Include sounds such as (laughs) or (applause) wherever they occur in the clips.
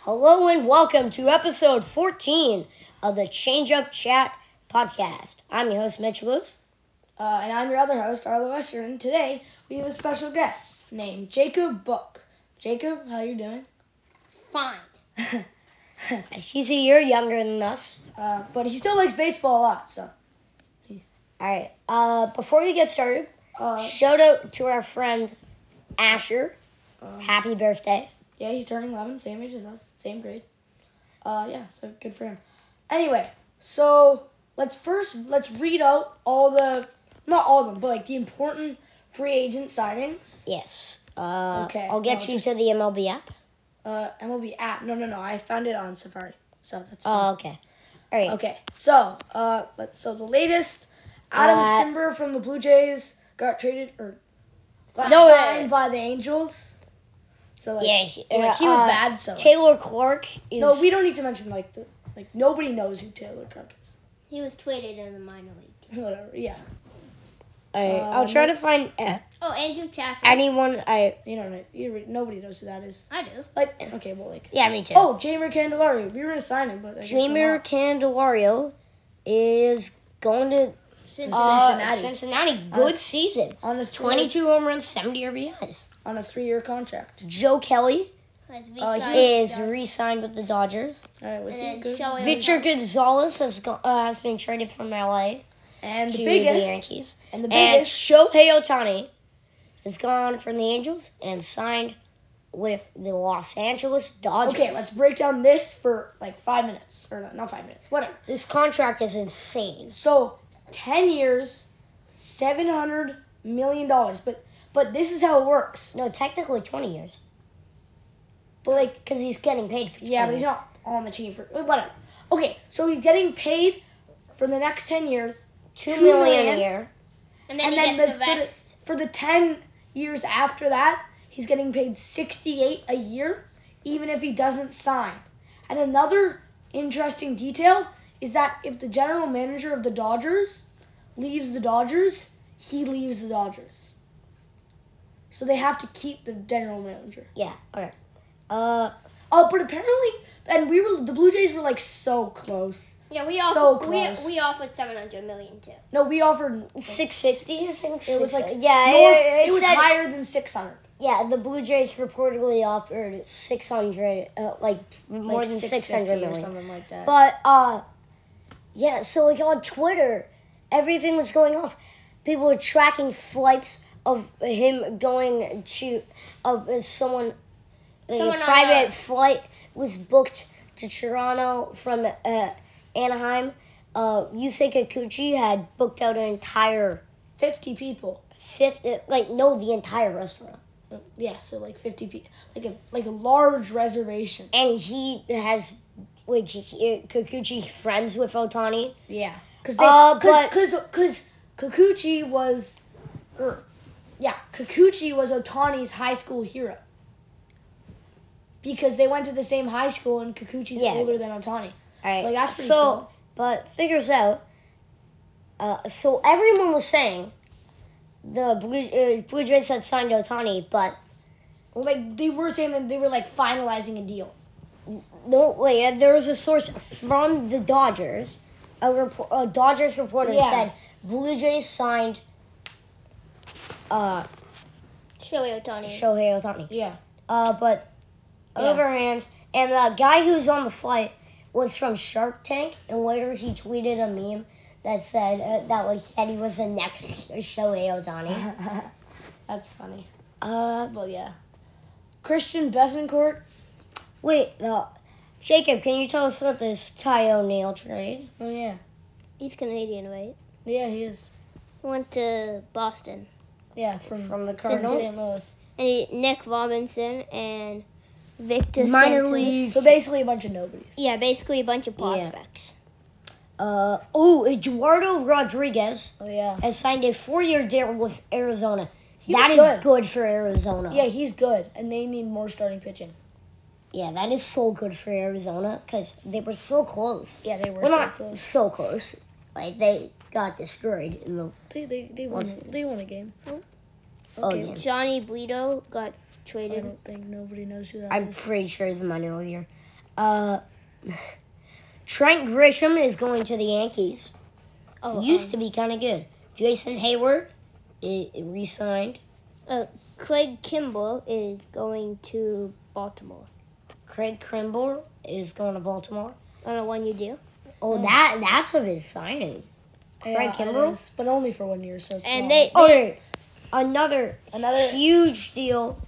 Hello and welcome to episode 14 of the Change Up Chat podcast. I'm your host, Mitch Lewis. Uh, and I'm your other host, Arlo Western. Today we have a special guest named Jacob Buck. Jacob, how you doing? (laughs) Fine. He's a year younger than us. Uh, but he still likes baseball a lot. So All right. Uh, before we get started, uh, shout out to our friend Asher. Uh. Happy birthday. yeah, he's turning 11, same age as us, same grade. Uh, yeah, so good for him. Anyway, so let's first let's read out all the not all of them, but like the important free agent signings. Yes. Uh, Okay, Oh, I'll get I'll you to the MLB app. Uh, MLB app. No, no, no. I found it on Safari. So that's fine. Oh, okay. All right. Okay, so uh, let's, so the latest, Adam Uh, Simber from the Blue Jays got traded or got No, signed uh, by the Angels. So like, Yeah, he, well, like, he was uh, bad. So Taylor Clark is. no, we don't need to mention like the, like nobody knows who Taylor Cook is. (laughs) He was traded in the minor league. Whatever. Yeah, All right, I'll um, try to find uh, Oh, Andrew Chaffee. anyone. I you don't know. You, re- nobody knows who that is. I do. Like okay, well like yeah, me too. oh Jamer Candelario. We were gonna sign him, but I guess we're Jamer not. Candelario is going to Since uh, Cincinnati. Cincinnati. Uh, Good season. on a twenty 22 home runs, 70 RBIs. on a three year contract. Joe Kelly has been uh, he signed is with re signed with the Dodgers. All right, the- was he and good? then Shohei Victor Gonzalez has, go- uh, has been traded from LA And to the the biggest Yankees. and the And biggest Shohei Otani has gone from the Angels and signed with the Los Angeles Dodgers. Okay, let's break down this for like five minutes. Or not, not five minutes, whatever. This contract is insane. So, 10 years, $700 million. But but this is how it works. No, technically 20 years. But like, Because he's getting paid for 20 yeah, but he's not on the team for whatever. Okay, so he's getting paid for the next 10 years. Two two million million. a year. and then and he then gets the- the for the- vest. For the 10 years after that, he's getting paid 68 a year, even if he doesn't sign. And another interesting detail is that if the general manager of the Dodgers leaves the Dodgers, he leaves the Dodgers. So they have to keep the general manager. Yeah. Okay. Uh, Oh, but apparently, and we were the Blue Jays were like so close. Yeah, we So offered close. we we offered seven hundred million too. No, we offered six fifty. I think It was like 650. yeah, north- it, it was said- higher than six hundred. Yeah, the Blue Jays reportedly offered six hundred, uh, like more than six hundred or million. something like that. But uh, yeah. So like on Twitter, everything was going off. People were tracking flights of him going to of uh, someone. like, Someone a on a- private flight was booked to Toronto from uh, Anaheim. Uh, Yusei Kikuchi had booked out an entire Fifty people. fifth, uh, like no, the entire restaurant, Yeah, so like fifty people, like a like a large reservation. and he has like he, Kikuchi friends with Otani. Yeah, because Uh, but- because because Kikuchi was, or yeah, Kikuchi was Otani's high school hero. Because they went to the same high school and Kikuchi's Yeah. older than Otani. All So, like, that's pretty so, cool. but figures out. Uh, so everyone was saying the Blue, uh, Blue Jays had signed Otani, but Well, like they were saying that they were like finalizing a deal. no wait. uh, There was a source from the Dodgers. A, report, a Dodgers reporter Yeah. said Blue Jays signed uh, Shohei Otani. Shohei Otani. Yeah. Uh, but Yeah. overhands and the guy who was on the flight was from Shark Tank, and later he tweeted a meme that said uh, that was said he was the next (laughs) Shohei (laughs) Otani. That's funny. Uh, Well, yeah. Christian Betancourt. wait, uh, Jacob, can you tell us about this Ty O'Neill trade? Oh yeah. He's Canadian, right? Yeah, he is. Went to Boston. Yeah, from From the from Cardinals, St. Louis. And he, Nick Robinson and Victor minor Sanchez. league. So basically a bunch of nobodies. Yeah, basically a bunch of Yeah. prospects. Uh, oh, Eduardo Rodriguez Oh yeah. has signed a four-year deal with Arizona. was That is good. good for Arizona. Yeah, he's good, and they need more starting pitching. yeah, that is so good for Arizona because they were so close. Yeah, they were. Well, so not close. so close. Like they got destroyed in the They, they, they won. Once- They won a game. oh Okay. game. Johnny Bledo got I traded. don't think nobody knows who that I'm pretty sure it's a minor leaguer. Uh, (sighs) Trent Grisham is going to the Yankees. Oh, Used to be kind of good. Jason Hayward i re-signed. uh, Craig Kimball is going to Baltimore. Craig Krimble is going to Baltimore. I don't know when you do. Oh, that that's of his signing. Craig Yeah, it Kimbrell? is, but only for one year. So it's And not- they, Oh, they wait, another Another- huge deal.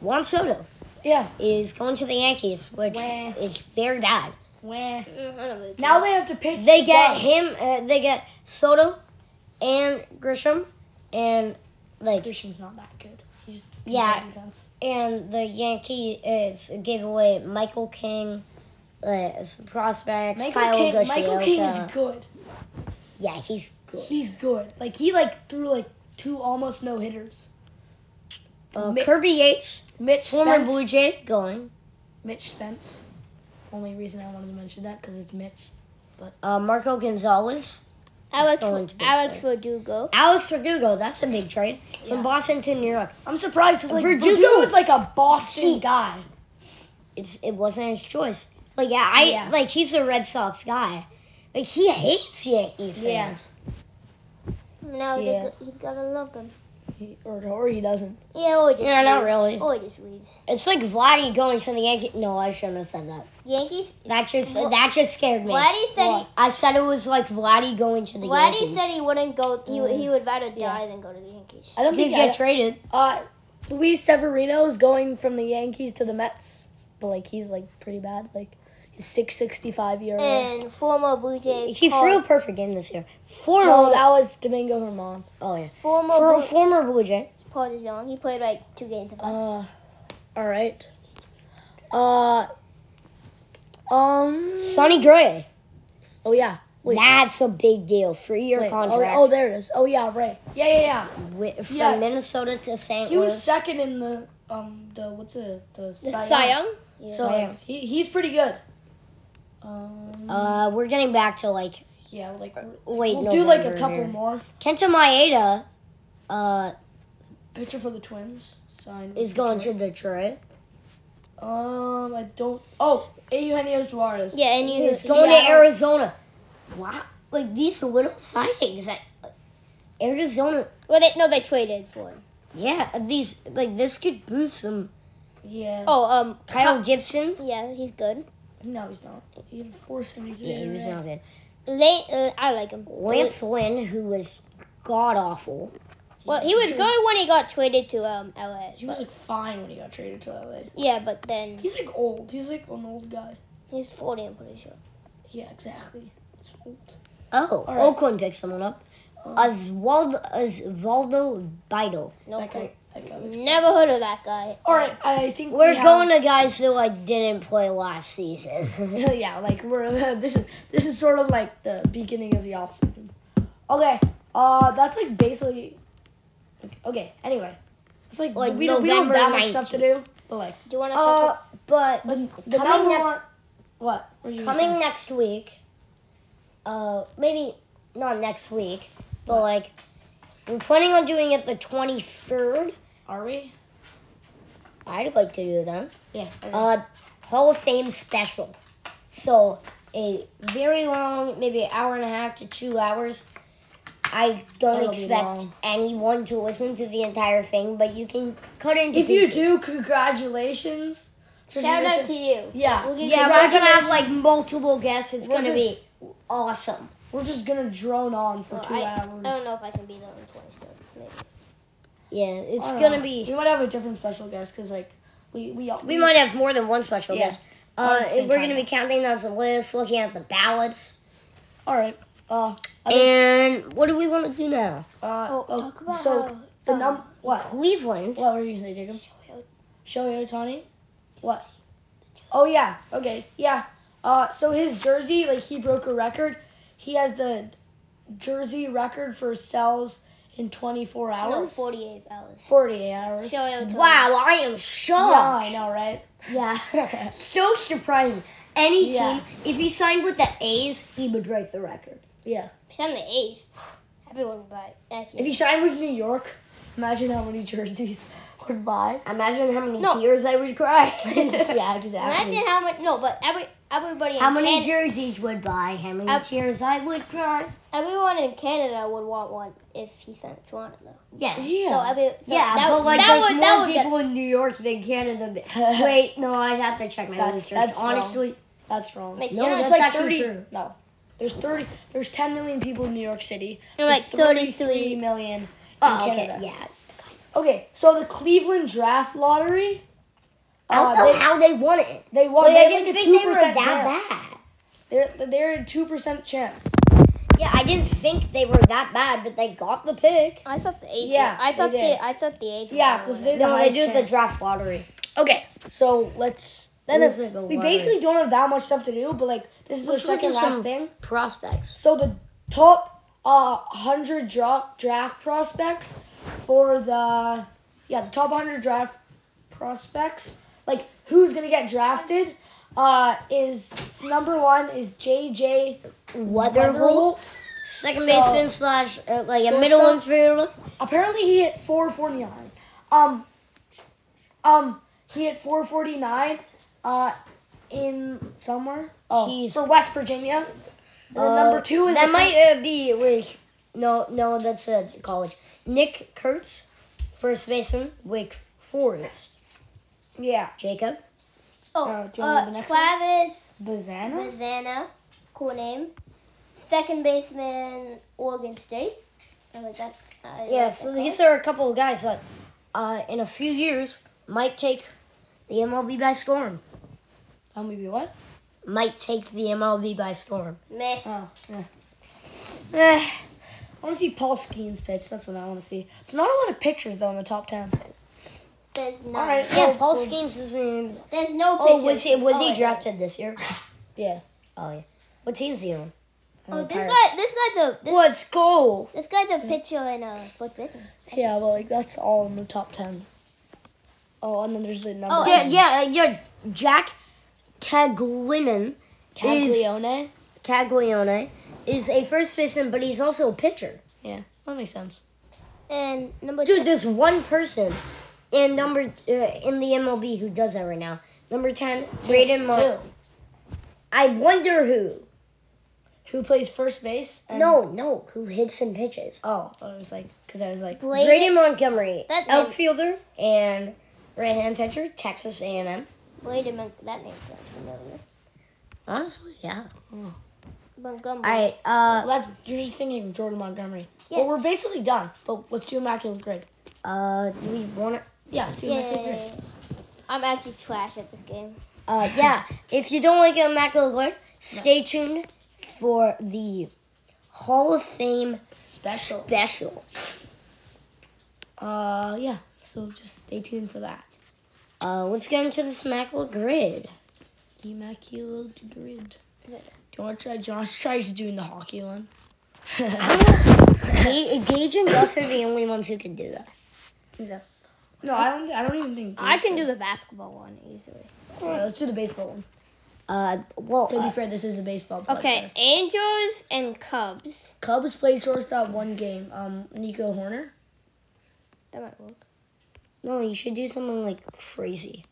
Juan Soto yeah. is going to the Yankees, which Wah. is very bad. Wah. Mm, I don't really care. Now they have to pitch. They get Doug. him. Uh, they get Soto and Grisham, and like Grisham's not that good. He's Yeah. Defense. and the Yankee is gave away Michael King, uh, some prospects. Michael Kyle King. Michael King is Gutierrez. good. yeah, he's good. He's good. Like he like threw like two almost no hitters. Uh, Mi- Kirby Yates, Mitch former Spence. Blue Jay, going. Mitch Spence. Only reason I wanted to mention that because it's Mitch. Uh, Marco Gonzalez, Alex, going to be Alex signed. Verdugo. Alex Verdugo. That's a big trade from Yeah. Boston to New York. I'm surprised because like Verdugo- Verdugo, is like a Boston He- guy. It's it wasn't his choice. Like yeah, I Yeah. like he's a Red Sox guy. Like he hates Yankees fans. Yeah. Now they Yeah. go- he's gonna love them. He, or or he doesn't. Yeah, or he just Yeah, not leaves. really. Or he just leaves. It's like Vladdy going to the Yankees. No, I shouldn't have said that. Yankees. That just Wha- that just scared me. Why said Why? he I said it was like Vladdy going to the Why Yankees. Mm. he said he wouldn't go. He, would- he would rather die Yeah. than go to the Yankees. I don't Did think I- get traded. Uh, Luis Severino is going from the Yankees to the Mets, but like he's like pretty bad. Like he's six sixty five year Eh. old. And former Blue Jays. He Hall- threw a perfect game this year. Former, No, that was Domingo Herman. oh yeah, Former for a Blue, former Blue Jay. Paul DeJong. He played like two games. Of us. Uh, all right. Uh, um. Sonny Gray. Oh yeah. Wait. That's a big deal. Three year wait, oh, contract oh, there it is. Oh yeah, right. Yeah, yeah, wi- from yeah. Minnesota to yeah. St. He Louis. was second in the um the what's it the Cy Cy Young. Young? So Cy Young. like, he he's pretty good. Um. uh, we're getting back to like yeah, like wait. we'll do like a November couple here. more. Kenta Maeda, uh, Pitcher for the Twins. Signed. is with going Detroit. to Detroit. Um, I don't. Oh, Eugenio Suarez. Yeah, and you. He's going to Seattle. Arizona. Wow, like these little signings that Arizona. Well, they, no, they traded for him. Yeah, these like this could boost them. Yeah. Oh, um, Kyle Gibson. yeah, he's good. No, he's not. He had four seventy-three. Yeah, he was not good. Lane, uh, I like him. Lance Lynn, who was god awful. Well, he was good when he got traded to um LA. He was but- like fine when he got traded to LA. yeah, but then He's like old. He's like an old guy. he's forty. I'm pretty sure. Yeah, exactly. It's old. Um, Oh, right. Oakland picked someone up. Oswaldo, Osvaldo Bido. No, That guy. That guy looks. never heard of that guy. All right, I I think We're we going to guys who like didn't play last season. (laughs) Have, (laughs) yeah, like we're this is this is sort of like the beginning of the off season. Okay. Uh, that's like basically. Okay. Anyway, it's like, Like we don't we don't have that November much stuff to do, but like. Do you want to uh, talk? but Let's- the coming coming, one- what? What are you coming saying? next week, uh, maybe not next week, but like we're planning on doing it the twenty third. Are we? I'd like to do that. Yeah. okay. uh, Hall of Fame special. So a very long, maybe an hour and a half to two hours. I don't That'll be expect long. anyone to listen to the entire thing, but you can cut into if you pieces. do, congratulations. 'Cause Shout you out just- to you. Yeah. We'll give Yeah, you we're gonna have like multiple guests. It's We're gonna be awesome. We're just gonna drone on for Well, two I, I hours. Uh, don't know if I can be there on the twenty third. Maybe. Yeah, it's I don't gonna know. be. We might have a different special guest because like we we all We might have more than one special Yeah. guest. All Uh, at the same we're time. gonna be counting down the list, looking at the ballots, All right. Uh. I think, and what do we want to do now? uh Oh, oh, talk about so how- the um, num what Cleveland. what were you gonna say, Jacob? Shohei Otani? What? Oh yeah. Okay. Yeah. Uh, so his jersey, like he broke a record. He has the jersey record for sells in 24 hours. No, forty eight hours. 48 hours. Show out to- Wow, I am Yeah, shocked. I know, right? (laughs) Yeah. so surprising. Any Yeah. team, if he signed with the A's, he would break the record. Yeah. Send the A's. Everyone would buy. If Actually, he signed with New York, imagine how many jerseys. (laughs) would buy. Imagine how many No. tears I would cry. (laughs) yeah, exactly. (laughs) Imagine how much. No, but every everybody. How in many Can- jerseys would buy? How many Ab- tears I would cry? everyone in Canada would want one if he sent it to Toronto though. Yes. So I mean, so Yeah, that, but like that there's would, that more would get- people in New York than (laughs) Canada. Wait, no, I'd have to check my That's- research. that's wrong. Honestly, That's wrong. Makes- no, You know, that's it's like actually 30 true. No. There's 30 there's 10 million people in New York City. They're There's like 33. 33 million in Oh, okay, Canada. yeah. Okay, so the Cleveland draft lottery I don't uh, know they, how they won it. they won. But they I had, didn't like a think two they were percent that chance. bad. They're they're a two percent chance. Yeah, I didn't think they were that bad, but they got the pick. I thought the eighth. Yeah, I thought they did. the I thought the eighth. Yeah, one 'cause was- they- No, highest they do the chance. draft lottery. Okay, so let's. Then Looks if- like a we lottery. basically don't have that much stuff to do, but like this is the Looks like second there's last some thing. Prospects. So the top uh, hundred dra- draft prospects for the yeah the top hundred draft prospects like who's gonna get drafted uh is number one is JJ Weatherholt, Weatherholt. second So- baseman slash uh, like a Shortstop. middle infielder. Apparently he hit 449. Um um he hit 449 uh in somewhere. Oh, He's- for West Virginia. And then Uh, number 2 is that a- might uh, be wait. No, no, that's uh, college. Nick Kurtz, first baseman, Wake Forest. yeah, Jacob. Oh, Uh, do you wanna uh, do the next Travis Bazana. Vazana, cool name. Second baseman, Oregon State. I like that. I like Yeah, that so call. these are a couple of guys that, uh, in a few years, might take the MLB by storm. That would be what? Might take the MLB by storm. Meh. Oh, yeah. Eh, I want to see Paul Skeens pitch. That's what I want to see. There's not a lot of pitchers though in the top 10. There's no. All right. Yeah, Oh, Paul well- Skeens isn't. Even, There's no pitchers. oh, was he was Oh, he yeah. drafted this (laughs) year? Yeah. Oh yeah. What team's he on? Oh, this Pirates. guy. This guy's a. This, Let's go. this guy's a pitcher in uh, fourth baseman. Yeah, well, like that's all in the top 10. Oh, and then there's the number. Oh, Yeah, 10, yeah, uh, yeah. Jack Caglinen is Caglione. Caglione is a first baseman, but he's also a pitcher. Yeah, that makes sense. And number Dude, ten- there's one person in number t- uh, in the MLB who does that right now. Number ten, Braden Mar. I wonder who. Who plays first base? and- No, no, who hits and pitches? Oh, I was like, because I was like, Blade- Braden Montgomery, That name- outfielder and right-hand pitcher, Texas A&M. Wait a minute, that name sounds familiar. Honestly, yeah. Montgomery. All right, uh, well, that's you're just thinking of Jordan Montgomery. Yeah. Well, we're basically done, but let's do immaculate grade. uh, do we want to? Yeah, let's do yeah, immaculate yeah, grade. yeah, yeah. I'm actually trash at this game. Uh, (laughs) yeah, if you don't like it on Mac Alert, stay tuned for the Hall of Fame Special. special. Uh, yeah. So just stay tuned for that. Uh, let's get into the Smackle grid. Immaculate grid. Do you want to try? Josh tries doing the hockey (laughs) one. (laughs) Ga- Gage and Gus are the only ones who can do that. Yeah. No, I don't. I don't even think. I can do the basketball one easily. Alright, let's do the baseball one. Uh, well, To be uh, fair, this is a baseball. Okay, podcast. Angels and Cubs. Cubs played shortstop one game. Um, Nico Horner. That might work. no, you should do something like crazy.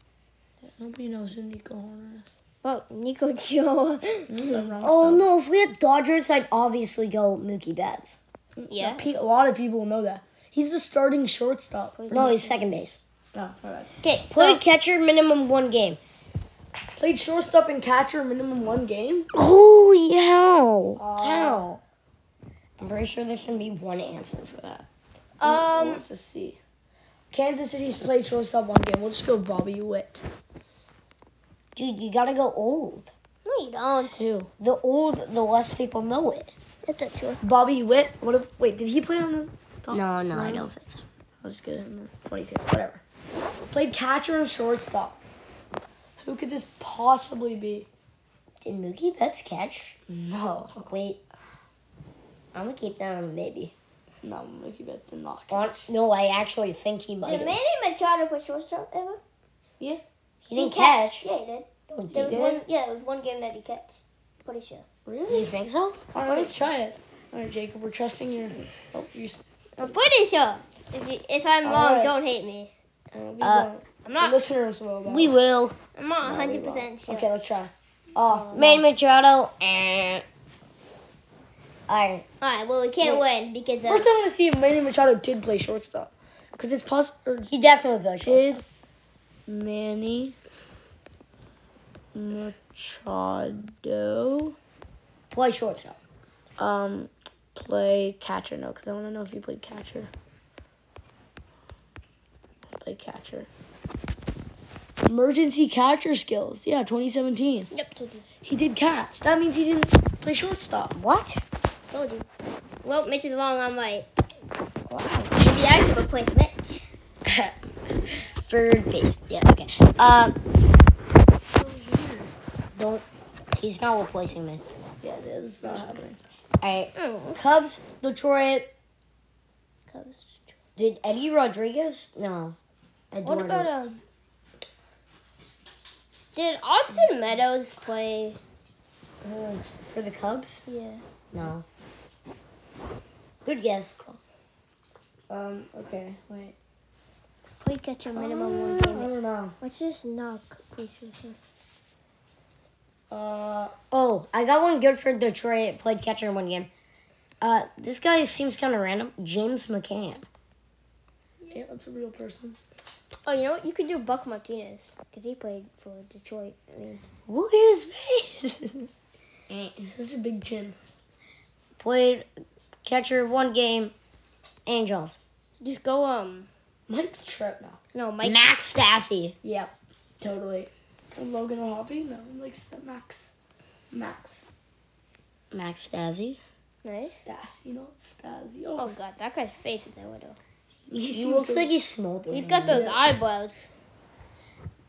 Nobody knows who Nico Horner is. Well, Nico Joe. Oh no, if we had Dodgers, I'd obviously go Mookie Betts. yeah. Pe- a lot of people know that. He's the starting shortstop. Oh, No, he's second base. alright. Okay, Played so, catcher minimum one game. Played shortstop and catcher minimum one game. Holy hell! How? Oh. I'm pretty sure there's gonna be one answer for that. we'll um, have to see. Kansas City's played shortstop one game. We'll just go Bobby Witt. Dude, you gotta go old. no, you don't. Two. The old, the less people know it. That's not true. Bobby Witt. What? If, wait, did he play on the? Top No, no, I Royals? don't think so. I was good. in the 22, whatever. Played catcher and shortstop. Who could this possibly be? Did Mookie Betts catch? No. Wait. I'm gonna keep that on maybe. No, Mookie Betts did not. On, no, I actually think he might. Did have. Manny Machado play shortstop ever? Yeah. He didn't catch. Yeah, he did. Oh, did There was he? one, yeah, there was one game that he catched. Pretty sure. You think so? All right, let's try it. All right, Jacob, we're trusting your. Oh, you. I'm pretty sure. If, you, if I'm All wrong, right. don't hate me. Uh, we Uh, won't. I'm the not. listeners will. Though. We will. I'm not No, we 100 won't. percent sure. Okay, let's try. Oh, Man Machado. Eh. Alright. All right. Well, we can't win because uh, First, I want to see if Manny Machado did play shortstop, because it's possible. He definitely will. Did Manny Machado play shortstop. um play catcher? No, because I want to know if he played catcher. Play catcher. Emergency catcher skills. Yeah, 2017. Yep, told you. He did catch. That means he didn't play shortstop. (laughs) What? Told you. Well, Mitch is wrong. I'm right. Wow. Maybe I should have played Mitch. Third base. Yeah, okay. Um, don't. He's not replacing me. Yeah, this is not happening. Alright. Oh. Cubs, Detroit. Cubs. Did Eddie Rodriguez? No. What Eduardo. about um? Did Austin Meadows play? Uh, for the Cubs? Yeah. No. Good guess. Um. Okay. Wait. Please catch your I Oh. don't know. What's this knock? Please listen. Uh oh, I got one good for Detroit. Played catcher in one game. Uh, this guy seems kind of random. James McCann. Yeah, that's a real person. Oh, you know what? You could do Buck Martinez because he played for Detroit. I (laughs) mean, Look at his face. Such a big chin. Played catcher one game. Angels. just go um. Mike Trout now. No, Mike. Max Stassi. Yeah, totally. And Logan Hobby? No, likes the Max. Max. Max Stassi. Nice. Stassi, not Stassi. Oh God, that guy's face is that window. he He looks like he's smoldering. He's got those eyebrows.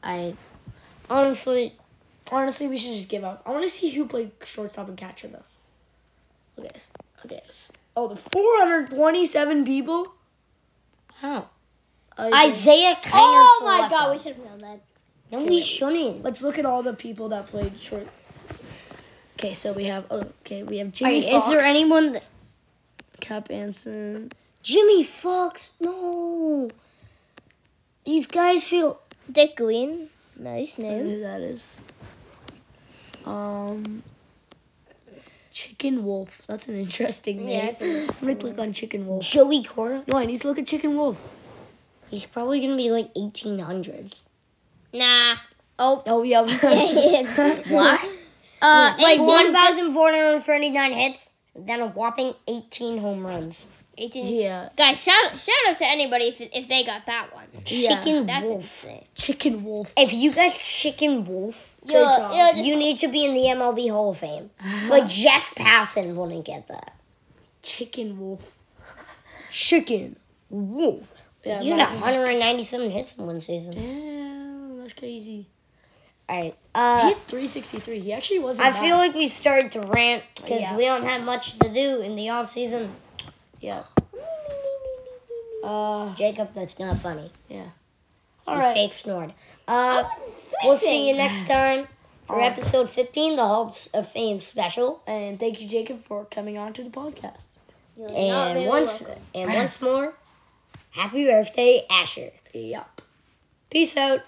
I Honestly, honestly, we should just give up. I want to see who played shortstop and catcher, though. Look at this. Look at this. Oh, the 427 people? how Uh, Isaiah Kiner. Oh for my left God, back. we should have known that. No, we shouldn't. Let's look at all the people that played short. Okay, so we have oh, okay, we have Jimmy Alright, is there Fox, anyone? That, Cap Anson? Jimmy Fox. No. These guys feel. Dick Green. Nice I don't know name. who that is. Um, Chicken Wolf. That's an interesting Yeah, name. it's an I'm gonna click on Chicken Wolf. Joey Cora. No, I need to look at Chicken Wolf. He's probably gonna be like 1800s. Nah. Oh yeah. What? Uh, like 18 1,439 hits, then a whopping 18 home runs. 18. yeah. Guys, shout shout out to anybody if if they got that one. Yeah, Chicken That's Wolf. insane. Chicken Wolf. If you guys chicken wolf, You're, job. you're (laughs) just, you need to be in the MLB Hall of (gasps) Fame. Like Jeff Passan wouldn't get that. Chicken Wolf. Chicken wolf. Yeah. you had that's- 197 hits in one season. Damn, that's crazy. All right. He Uh, hit 363. He actually wasn't. I feel like we started to rant because Yeah. we don't have much to do in the off season. Yeah. Uh. Jacob, that's not funny. Yeah. All right. Fake snored. Uh, We'll We'll see you (sighs) next time for Alright. episode 15, the Hall of Fame special. And thank you, Jacob, for coming on to the podcast. You're not And very once welcome. and once more, happy birthday, Asher. Yup. Peace out.